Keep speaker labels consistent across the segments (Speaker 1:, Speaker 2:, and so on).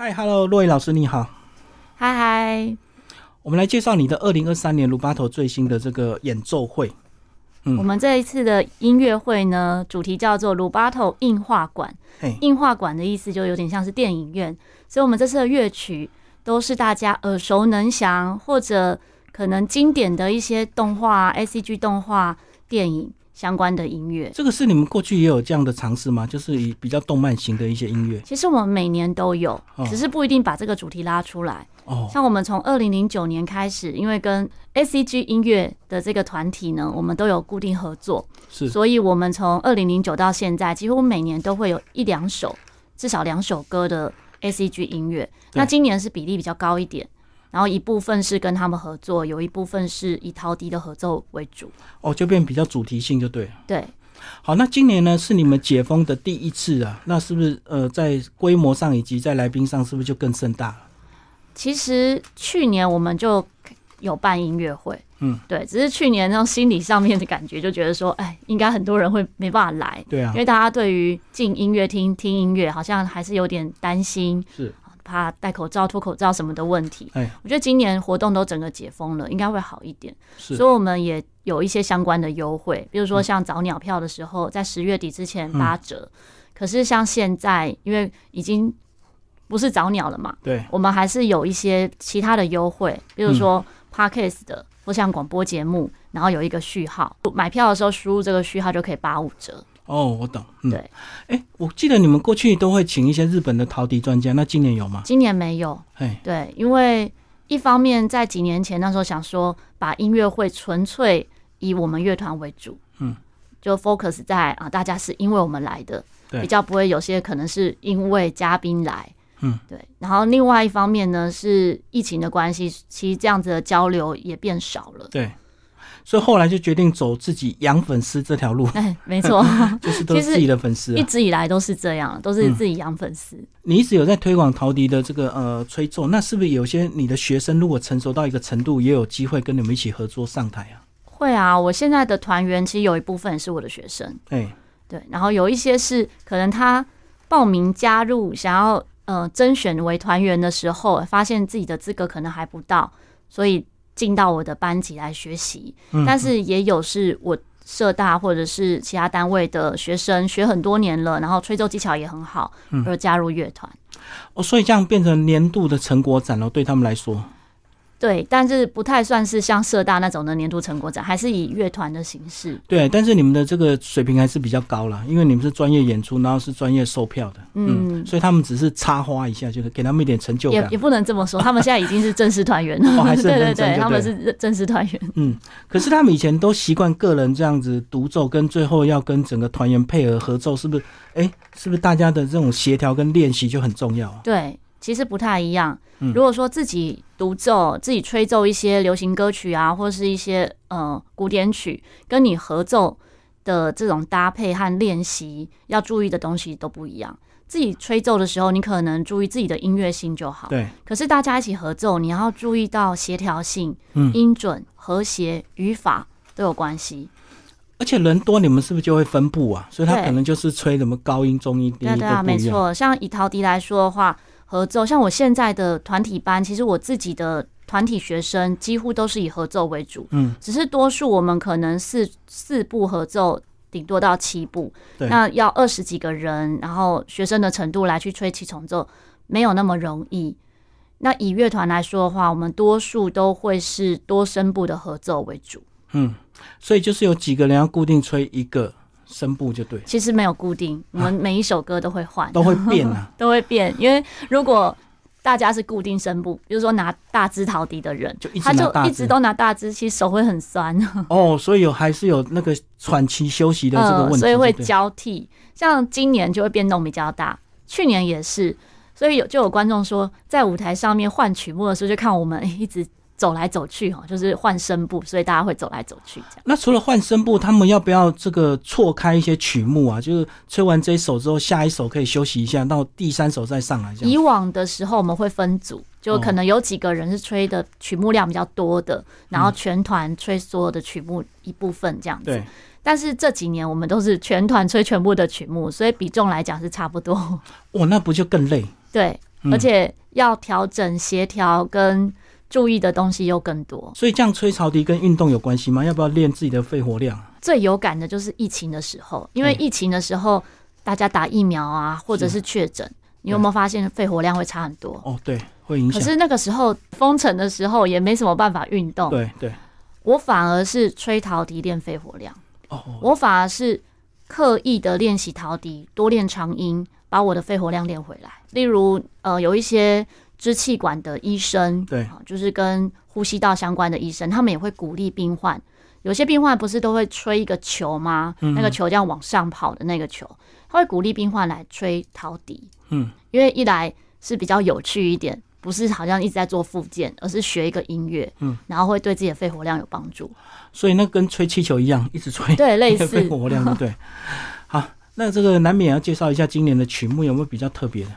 Speaker 1: 嗨，Hello，洛伊老师你好，
Speaker 2: 嗨嗨，
Speaker 1: 我们来介绍你的二零二三年鲁巴头最新的这个演奏会。嗯
Speaker 2: 我们这一次的音乐会呢，主题叫做鲁巴头映画馆。
Speaker 1: 嘿，
Speaker 2: 映画馆的意思就有点像是电影院，所以我们这次的乐曲都是大家耳熟能详，或者可能经典的一些动画、A C G 动画、电影相关的音乐。
Speaker 1: 这个是你们过去也有这样的尝试吗？就是以比较动漫型的一些音乐
Speaker 2: 其实我们每年都有
Speaker 1: 哦，
Speaker 2: 只是不一定把这个主题拉出来。
Speaker 1: 哦。
Speaker 2: 像我们从二零零九年开始，因为跟 A C G 音乐的这个团体呢，我们都有固定合作。
Speaker 1: 是
Speaker 2: 所以我们从二零零九到现在，几乎每年都会有一两首，至少两首歌的 A C G 音乐。
Speaker 1: 对
Speaker 2: 那今年是比例比较高一点，然后一部分是跟他们合作，有一部分是以陶笛的合奏为主。
Speaker 1: 哦，就变比较主题性就对了。
Speaker 2: 对，
Speaker 1: 好，那今年呢是你们解封的第一次啊，那是不是呃在规模上以及在来宾上是不是就更盛大了？
Speaker 2: 其实去年我们就有办音乐会，
Speaker 1: 嗯，
Speaker 2: 对，只是去年那种心理上面的感觉，就觉得说，哎，应该很多人会没办法来。
Speaker 1: 对啊
Speaker 2: 因，为大家对于进音乐厅听音乐好像还是有点担心，
Speaker 1: 是
Speaker 2: 怕戴口罩、脱口罩什么的问题。
Speaker 1: 哎
Speaker 2: 我觉得今年活动都整个解封了，应该会好一点，所
Speaker 1: 是
Speaker 2: 以我们也有一些相关的优惠，比如说像早鸟票的时候，在十月底之前八
Speaker 1: 嗯
Speaker 2: 折，可是像现在因为已经不是早鸟了嘛，
Speaker 1: 对
Speaker 2: 我们还是有一些其他的优惠，比如
Speaker 1: 嗯
Speaker 2: 说 podcast 的或像广播节目，然后有一个序号，买票的时候输入这个序号就可以八五折。
Speaker 1: 哦，我懂。嗯，
Speaker 2: 对。
Speaker 1: 哎，我记得你们过去都会请一些日本的陶笛专家，那今年有吗？
Speaker 2: 今年没有，
Speaker 1: 哎，
Speaker 2: 对，因为一方面在几年前那时候想说，把音乐会纯粹以我们乐团为主，
Speaker 1: 嗯，
Speaker 2: 就 focus 在啊，大家是因为我们来的，
Speaker 1: 对
Speaker 2: 比较不会有些可能是因为嘉宾来，
Speaker 1: 嗯，
Speaker 2: 对。然后另外一方面呢，是疫情的关系，其实这样子的交流也变少 了。
Speaker 1: 对。所以后来就决定走自己养粉丝这条 路，
Speaker 2: 哎，没错，
Speaker 1: 就是啊都是自己的粉丝、
Speaker 2: 一
Speaker 1: 啊。
Speaker 2: 直以来都是这样，都
Speaker 1: 嗯
Speaker 2: 是自己养粉丝。
Speaker 1: 你一直有在推广陶笛的这个呃吹奏，那是不是有些你的学生如果成熟到一个程度，也有机会跟你们一起合作上台啊？
Speaker 2: 会啊，我现在的团员其实有一部分也是我的学生，
Speaker 1: 哎、
Speaker 2: 对，然后有一些是可能他报名加入，想要呃甄选为团员的时候，发现自己的资格可能还不到，所以进到我的班级来学习。
Speaker 1: 嗯
Speaker 2: 但是也有是我社大或者是其他单位的学生，学很多年了，然后吹奏技巧也很好，
Speaker 1: 嗯
Speaker 2: 而加入乐团。
Speaker 1: 哦，所以这样变成年度的成果展了，对他们来说，
Speaker 2: 对，但是不太算是像社大那种的年度成果展，还是以乐团的形式。
Speaker 1: 对，但是你们的这个水平还是比较高啦，因为你们是专业演出，然后是专业售票的，
Speaker 2: 嗯，
Speaker 1: 所以他们只是插花一下，就是给他们一点成就
Speaker 2: 也
Speaker 1: 感
Speaker 2: 也。不能这么说，他们现在已经是正式团员了。
Speaker 1: 哦还是很
Speaker 2: 对 对
Speaker 1: 认真就
Speaker 2: 对，他们
Speaker 1: 对
Speaker 2: 是正正式团员。
Speaker 1: 嗯，可是他们以前都习惯个人这样子独奏，跟最后要跟整个团员配合合奏，是不是？哎、是不是大家的这种协调跟练习就很重要啊？
Speaker 2: 对，其实不太一样
Speaker 1: 嗯。
Speaker 2: 如果说自己独奏、自己吹奏一些流行歌曲啊，或是一些呃古典曲，跟你合奏的这种搭配和练习要注意的东西都不一样。自己吹奏的时候，你可能注意自己的音乐性就好。
Speaker 1: 对，
Speaker 2: 可是大家一起合奏，你要注意到协调性、
Speaker 1: 嗯
Speaker 2: 音准、和谐、语法都有关系。
Speaker 1: 而且人多，你们是不是就会分布啊？所以他
Speaker 2: 对
Speaker 1: 可能就是吹什么高音、中音、低
Speaker 2: 对啊
Speaker 1: 音都
Speaker 2: 对啊，
Speaker 1: 不
Speaker 2: 没
Speaker 1: 一样。
Speaker 2: 错。像以陶笛来说的话，合奏像我现在的团体班，其实我自己的团体学生几乎都是以合奏为主，
Speaker 1: 嗯，
Speaker 2: 只是多数我们可能四四部合奏。顶多到七部，
Speaker 1: 对
Speaker 2: 那要二十几个人，然后学生的程度来去吹七重奏，没有那么容易。那以乐团来说的话，我们多数都会是多声部的合奏为主，
Speaker 1: 嗯，所以就是有几个人要固定吹一个声部就 对，
Speaker 2: 其实没有固定，我们每一首歌都会换。
Speaker 1: 都会变啊。
Speaker 2: 都会变，因为如果大家是固定声部，比如说拿大支陶笛的人，
Speaker 1: 就一直
Speaker 2: 他
Speaker 1: 拿大
Speaker 2: 就
Speaker 1: 支
Speaker 2: 一直都拿大支，其实手会很酸，
Speaker 1: 哦，所以有还是有那个喘气休息的这个问题、
Speaker 2: 呃嗯所以会
Speaker 1: 对不对
Speaker 2: 交替。像今年就会变动比较大，去年也是，所以有就有观众说，在舞台上面换曲目的时候，就看我们一直走来走去哈，就是换声部，所以大家会走来走去这样。
Speaker 1: 那除了换声部，他们要不要这个错开一些曲目啊？就是吹完这一首之后，下一首可以休息一下，到第三首再上来这
Speaker 2: 以
Speaker 1: 样。
Speaker 2: 往的时候，我们会分组，就可能
Speaker 1: 嗯
Speaker 2: 有几个人是吹的曲目量比较多的，然后全团吹所有的曲目一部分这样子。
Speaker 1: 嗯对，
Speaker 2: 但是这几年我们都是全团吹全部的曲目，所以比重来讲是差不多。
Speaker 1: 哇，那不就更累？
Speaker 2: 对，
Speaker 1: 嗯
Speaker 2: 而且要调整、协调跟注意的东西又更多。
Speaker 1: 所以这样吹潮笛跟运动有关系吗？要不要练自己的肺活量？
Speaker 2: 最有感的就是疫情的时候，因为
Speaker 1: 对
Speaker 2: 疫情的时候大家打疫苗啊，或者是确诊，你有没有发现肺活量会差很多？
Speaker 1: 哦，对，会影
Speaker 2: 可
Speaker 1: 响。
Speaker 2: 是那个时候封城的时候也没什么办法运动，
Speaker 1: 对对
Speaker 2: 我反而是吹陶笛练肺活量，
Speaker 1: 哦，
Speaker 2: 我反而是刻意的练习陶笛，多练长音，把我的肺活量练回来。例如，呃，有一些支气管的医生，
Speaker 1: 对
Speaker 2: 啊就是跟呼吸道相关的医生，他们也会鼓励病患。有些病患不是都会吹一个球吗？
Speaker 1: 嗯
Speaker 2: 那个球这样往上跑的那个球，他会鼓励病患来吹陶笛。
Speaker 1: 嗯，
Speaker 2: 因为一来是比较有趣一点，不是好像一直在做复健，而是学一个音乐，嗯，然后会对自己的肺活量有帮 助。
Speaker 1: 所以那跟吹气球一样，一直吹，
Speaker 2: 对，类
Speaker 1: 肺
Speaker 2: 似
Speaker 1: 活量对不对。好，那这个难免要介绍一下今年的曲目有没有比较特别的？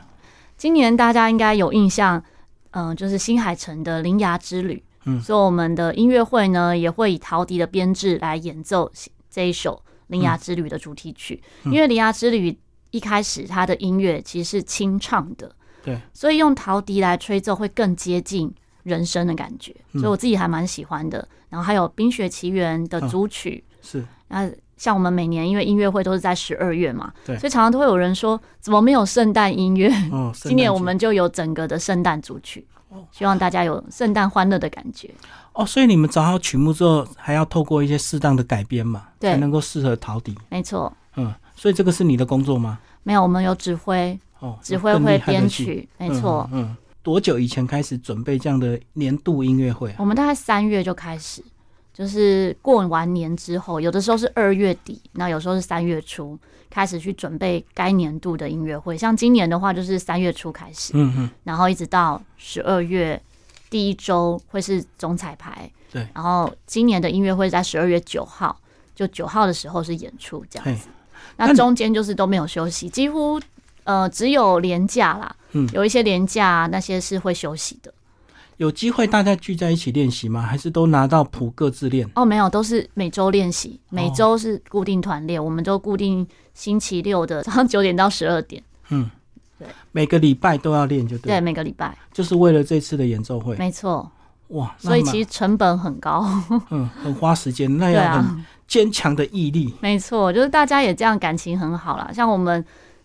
Speaker 2: 今年大家应该有印象，嗯、就是新海诚的《铃芽之旅》，
Speaker 1: 嗯
Speaker 2: 所以我们的音乐会呢也会以陶笛的编制来演奏这一首《铃芽之旅》的主题曲，
Speaker 1: 嗯
Speaker 2: 因为《铃芽之旅》一开始它的音乐其实是清唱的，
Speaker 1: 对，
Speaker 2: 所以用陶笛来吹奏会更接近人声的感觉，
Speaker 1: 嗯
Speaker 2: 所以我自己还蛮喜欢的。然后还有《冰雪奇缘》的组曲，
Speaker 1: 是
Speaker 2: 那像我们每年因为音乐会都是在十二月嘛，
Speaker 1: 对
Speaker 2: 所以常常都会有人说怎么没有圣诞音乐？
Speaker 1: 哦。圣诞
Speaker 2: 今年
Speaker 1: 节
Speaker 2: 我们就有整个的圣诞组曲，希望大家有圣诞欢乐的感觉。
Speaker 1: 哦，所以你们找好曲目之后，还要透过一些适当的改编嘛，
Speaker 2: 对
Speaker 1: 才能够适合陶笛。
Speaker 2: 没错，
Speaker 1: 嗯，所以这个是你的工作吗？
Speaker 2: 没有我们有指挥，
Speaker 1: 哦，
Speaker 2: 指挥
Speaker 1: 更
Speaker 2: 会
Speaker 1: 厉害的
Speaker 2: 编
Speaker 1: 戏，
Speaker 2: 曲，没错。
Speaker 1: 嗯。嗯，多久以前开始准备这样的年度音乐会啊？
Speaker 2: 我们大概三月就开始，就是过完年之后，有的时候是二月底，那有时候是三月初开始去准备该年度的音乐会。像今年的话，就是三月初开始，
Speaker 1: 嗯嗯，
Speaker 2: 然后一直到十二月第一周会是总彩排。
Speaker 1: 对
Speaker 2: 然后今年的音乐会在十二月九号，就九号的时候是演出这样
Speaker 1: 嘿
Speaker 2: 子。
Speaker 1: 那
Speaker 2: 那
Speaker 1: 你
Speaker 2: 中间就是都没有休息，几乎呃只有年假啦，
Speaker 1: 嗯
Speaker 2: 有一些年假那些是会休息的。
Speaker 1: 有机会大家聚在一起练习吗？还是都拿到谱各自练？
Speaker 2: 哦，没有，都是每周练习，每
Speaker 1: 哦
Speaker 2: 周是固定团练，我们就固定星期六的早上九点到十二点，
Speaker 1: 每个礼拜都要练，就对
Speaker 2: 对，
Speaker 1: 了，
Speaker 2: 每个礼拜，
Speaker 1: 就是为了这次的演奏会。
Speaker 2: 没错。
Speaker 1: 哇，那
Speaker 2: 所以
Speaker 1: 蛮
Speaker 2: 其实成本很高，
Speaker 1: 嗯很花时间，那
Speaker 2: 对
Speaker 1: 要
Speaker 2: 啊。
Speaker 1: 很坚强的毅力。
Speaker 2: 没错，就是大家也这样感情很好啦。像我们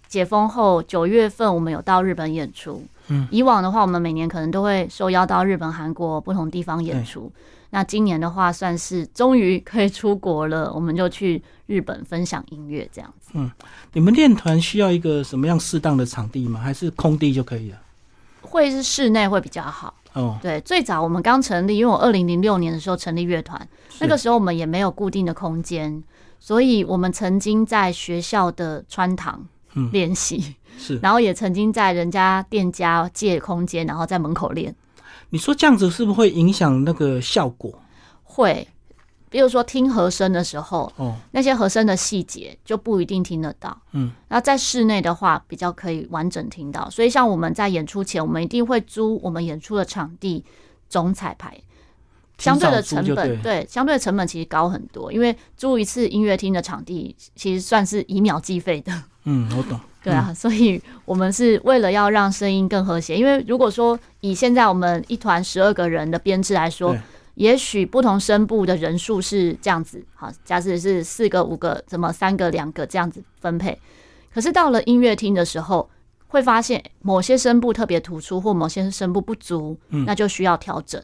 Speaker 2: 解封后九月份，我们有到日本演出。
Speaker 1: 嗯，
Speaker 2: 以往的话，我们每年可能都会受邀到日本、韩国不同地方演出。那今年的话，算是终于可以出国了，我们就去日本分享音乐这样子。
Speaker 1: 你们练团需要一个什么样适当的场地吗？还是空地就可以了？
Speaker 2: 会是室内会比较好。
Speaker 1: 哦，
Speaker 2: 对，最早我们刚成立，因为我二零零六年的时候成立乐团，
Speaker 1: 是
Speaker 2: 那个时候我们也没有固定的空间，所以我们曾经在学校的穿堂
Speaker 1: 嗯
Speaker 2: 练习。
Speaker 1: 是
Speaker 2: 然后也曾经在人家店家借空间，然后在门口练。
Speaker 1: 你说这样子是不是会影响那个效果？
Speaker 2: 会，比如说听和声的时候，
Speaker 1: 哦，
Speaker 2: 那些和声的细节就不一定听得到。
Speaker 1: 嗯，
Speaker 2: 那在室内的话，比较可以完整听到。所以像我们在演出前，我们一定会租我们演出的场地总彩排。相对的
Speaker 1: 提早
Speaker 2: 成
Speaker 1: 出就
Speaker 2: 本，
Speaker 1: 对，
Speaker 2: 对相对的成本其实高很多，因为租一次音乐厅的场地其实算是以秒计费的。
Speaker 1: 嗯，我懂。
Speaker 2: 对啊，所以我们是为了要让声音更和谐，因为如果说以现在我们一团十二个人的编制来说
Speaker 1: 对，
Speaker 2: 也许不同声部的人数是这样子，好，假设是四个、五个，怎么三个、两个这样子分配。可是到了音乐厅的时候，会发现某些声部特别突出，或某些声部不足，
Speaker 1: 嗯
Speaker 2: 那就需要调整。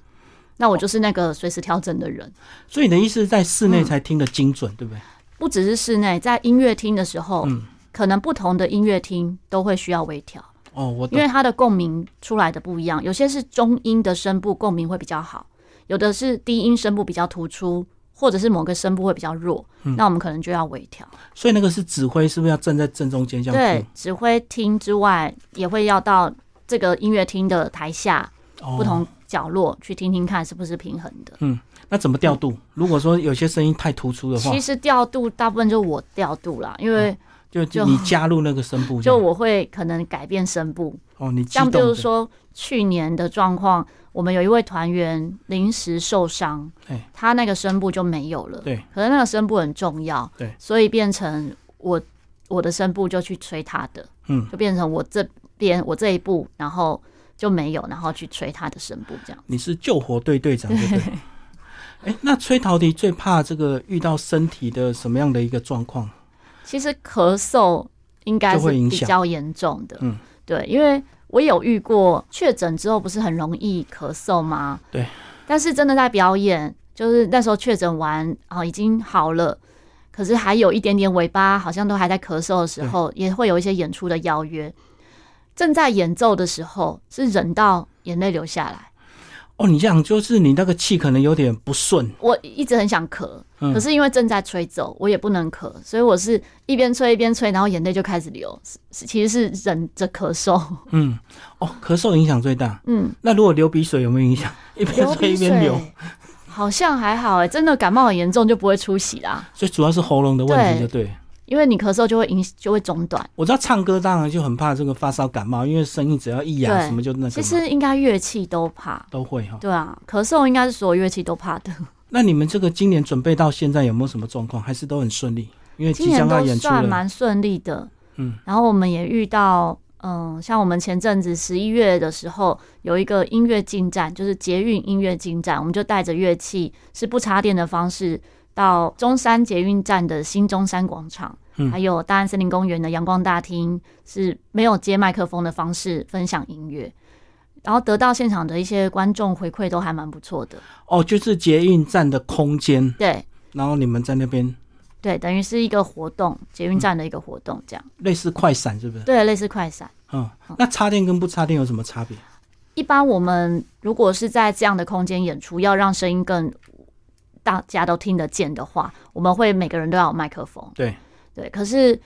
Speaker 2: 那我就是那个随时调整的人。
Speaker 1: 所以你的意思是在室
Speaker 2: 嗯
Speaker 1: 内才听得精准，对不对？
Speaker 2: 不只是室内，在音乐厅的时候，
Speaker 1: 嗯
Speaker 2: 可能不同的音乐厅都会需要微调。
Speaker 1: 哦，我
Speaker 2: 因
Speaker 1: 懂。
Speaker 2: 为它的共鸣出来的不一样，有些是中音的声部共鸣会比较好，有的是低音声部比较突出，或者是某个声部会比较弱，
Speaker 1: 嗯
Speaker 2: 那我们可能就要微调。
Speaker 1: 所以那个是指挥，是不是要站在正中间这样
Speaker 2: 对
Speaker 1: 听？，
Speaker 2: 指挥厅之外，也会要到这个音乐厅的台下
Speaker 1: 哦，
Speaker 2: 不同角落去听听看是不是平衡的。
Speaker 1: 那怎么调度？如果说有些声音太突出的话
Speaker 2: 嗯其，实调度大部分就我调度啦，因为
Speaker 1: 就就
Speaker 2: 就
Speaker 1: 你加入那个声部这
Speaker 2: 就
Speaker 1: 样，
Speaker 2: 我会可能改变声部，
Speaker 1: 哦，你激
Speaker 2: 像
Speaker 1: 动
Speaker 2: 比如
Speaker 1: 的，
Speaker 2: 说去年的状况，我们有一位团员临时受伤
Speaker 1: 哎，
Speaker 2: 他那个声部就没有了。
Speaker 1: 对，
Speaker 2: 可是那个声部很重要，
Speaker 1: 对
Speaker 2: 所以变成我我的声部就去吹他的，
Speaker 1: 嗯，
Speaker 2: 就变成我这点我这一步，然后就没有，然后去吹他的声部这样。
Speaker 1: 你是救火队队长对不对？ 哎、那吹陶笛最怕这个遇到身体的什么样的一个状况？
Speaker 2: 其实咳嗽应该
Speaker 1: 就是会影
Speaker 2: 比
Speaker 1: 响
Speaker 2: 较严重的，
Speaker 1: 嗯，
Speaker 2: 对，因为我有遇过确诊之后不是很容易咳嗽吗？
Speaker 1: 对，
Speaker 2: 但是真的在表演，就是那时候确诊完啊、已经好了，可是还有一点点尾巴，好像都还在咳嗽的时候，也会有一些演出的邀约。正在演奏的时候，是忍到眼泪流下来。
Speaker 1: 哦，你这样就是你那个气可能有点不顺，
Speaker 2: 我一直很想咳，
Speaker 1: 嗯
Speaker 2: 可是因为正在吹奏，我也不能咳，所以我是一边吹一边吹，然后眼泪就开始流，是是其实是忍着咳嗽。
Speaker 1: 嗯，哦，咳嗽影响最大。
Speaker 2: 嗯，
Speaker 1: 那如果流鼻水有没有影响？一边
Speaker 2: 流
Speaker 1: 吹
Speaker 2: 鼻
Speaker 1: 一边流，
Speaker 2: 水好像还好哎、真的感冒很严重就不会出血啦，
Speaker 1: 所以主要是喉咙的问题，就对。
Speaker 2: 因为你咳嗽就会影就会中断。
Speaker 1: 我知道唱歌当然就很怕这个发烧感冒，因为声音只要一哑
Speaker 2: 对
Speaker 1: 什么就那个嘛，
Speaker 2: 其实应该乐器都怕，
Speaker 1: 都会哈。
Speaker 2: 对啊，咳嗽应该是所有乐器都怕的。
Speaker 1: 那你们这个今年准备到现在有没有什么状况？还是都很顺利？因为
Speaker 2: 今
Speaker 1: 即
Speaker 2: 年
Speaker 1: 将要
Speaker 2: 都
Speaker 1: 演出
Speaker 2: 算
Speaker 1: 了，
Speaker 2: 蛮顺利的，
Speaker 1: 嗯，
Speaker 2: 然后我们也遇到，嗯，像我们前阵子十一月的时候有一个音乐进站，就是捷运音乐进站，我们就带着乐器，是不插电的方式，到中山捷运站的新中山广场，
Speaker 1: 嗯
Speaker 2: 还有大安森林公园的阳光大厅，是没有接麦克风的方式分享音乐。然后得到现场的一些观众回馈都还蛮不错的，
Speaker 1: 哦，就是捷运站的空间，
Speaker 2: 对
Speaker 1: 然后你们在那边
Speaker 2: 对，等于是一个活动，捷
Speaker 1: 嗯
Speaker 2: 运站的一个活动这样，
Speaker 1: 类似快闪是不是？
Speaker 2: 对，类似快闪。
Speaker 1: 嗯，那插电跟不插电有什么差别？
Speaker 2: 一般我们如果是在这样的空间演出，要让声音更大家都听得见的话，我们会每个人都要有麦克风。
Speaker 1: 对
Speaker 2: 对，可是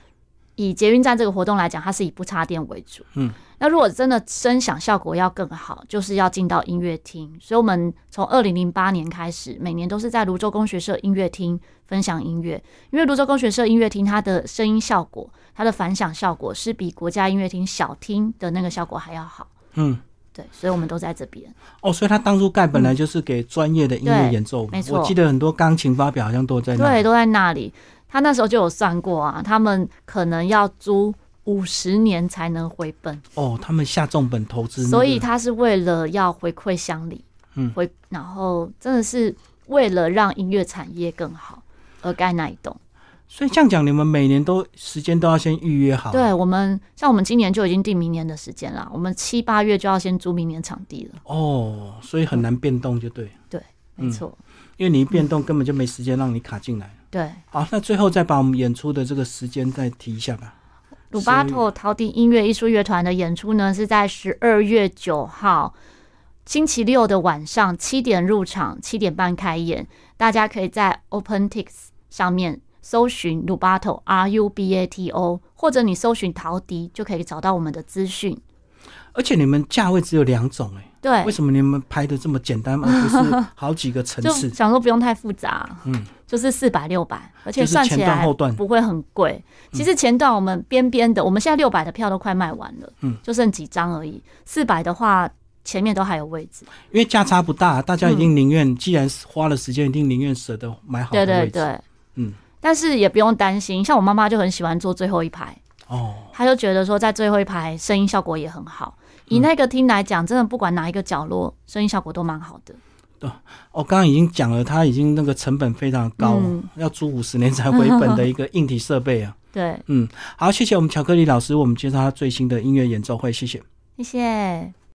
Speaker 2: 以捷运站这个活动来讲，它是以不插电为主。
Speaker 1: 嗯，
Speaker 2: 那如果真的声响效果要更好，就是要进到音乐厅。所以我们从二零零八年开始，每年都是在泸州工学社音乐厅分享音乐，因为泸州工学社音乐厅它的声音效果、它的反响效果是比国家音乐厅小厅的那个效果还要好。
Speaker 1: 嗯，
Speaker 2: 对，所以我们都在这边。
Speaker 1: 哦，所以他当初盖本来就是给专业的音乐演奏，
Speaker 2: 嗯没错
Speaker 1: 我记得很多钢琴发表好像都在那。
Speaker 2: 对，，都在那里。他那时候就有算过啊，他们可能要租五十年才能回本，
Speaker 1: 哦，他们下重本投资那个，
Speaker 2: 所以他是为了要回馈乡里，
Speaker 1: 嗯
Speaker 2: 回然后真的是为了让音乐产业更好而盖那一栋。
Speaker 1: 所以这样讲，你们每年都时间都要先预约好。
Speaker 2: 对我们，像我们今年就已经定明年的时间了，我们七八月就要先租明年场地了，
Speaker 1: 哦，所以很难变动，就对，嗯
Speaker 2: 没错，
Speaker 1: 因为你一变动，根本就没时间让你卡进来。
Speaker 2: 对。
Speaker 1: 好，那最后再把我们演出的这个时间再提一下吧。
Speaker 2: 鲁巴托陶笛音乐艺术乐团的演出呢，是在十二月九号星期六的晚上七点入场，七点半开演。大家可以在 OpenTix 上面搜寻鲁巴托 R U B A T O，或者你搜寻陶笛就可以找到我们的资讯。
Speaker 1: 而且你们价位只有两种、欸，
Speaker 2: 对
Speaker 1: 为，什么你们排的这么简单，而不 是好几个层
Speaker 2: 就
Speaker 1: 次？
Speaker 2: 想说不用太复杂，
Speaker 1: 嗯，
Speaker 2: 就是四百六百，而且
Speaker 1: 就是
Speaker 2: 算起
Speaker 1: 前段
Speaker 2: 来
Speaker 1: 后段嗯
Speaker 2: 不会很贵。其实前段我们边边的，我们现在六百的票都快卖完了，
Speaker 1: 嗯，
Speaker 2: 就剩几张而已。四百的话，前面都还有位置。
Speaker 1: 因为价差不大，大家一定宁愿，既然花了时间，一定宁愿舍得买好的
Speaker 2: 对
Speaker 1: 位置。
Speaker 2: 对对，
Speaker 1: 嗯。
Speaker 2: 但是也不用担心，像我妈妈就很喜欢坐最后一排，
Speaker 1: 哦，
Speaker 2: 她就觉得说在最后一排声音效果也很好。
Speaker 1: 嗯
Speaker 2: 以那个厅来讲，真的不管哪一个角落，声音效果都蛮好的。
Speaker 1: 我哦刚刚已经讲了，它已经那个成本非常高，
Speaker 2: 嗯
Speaker 1: 要租五十年才回本的一个硬体设备啊。
Speaker 2: 对，
Speaker 1: 好，谢谢我们巧克力老师，我们介绍他最新的音乐演奏会，谢谢。
Speaker 2: 谢谢。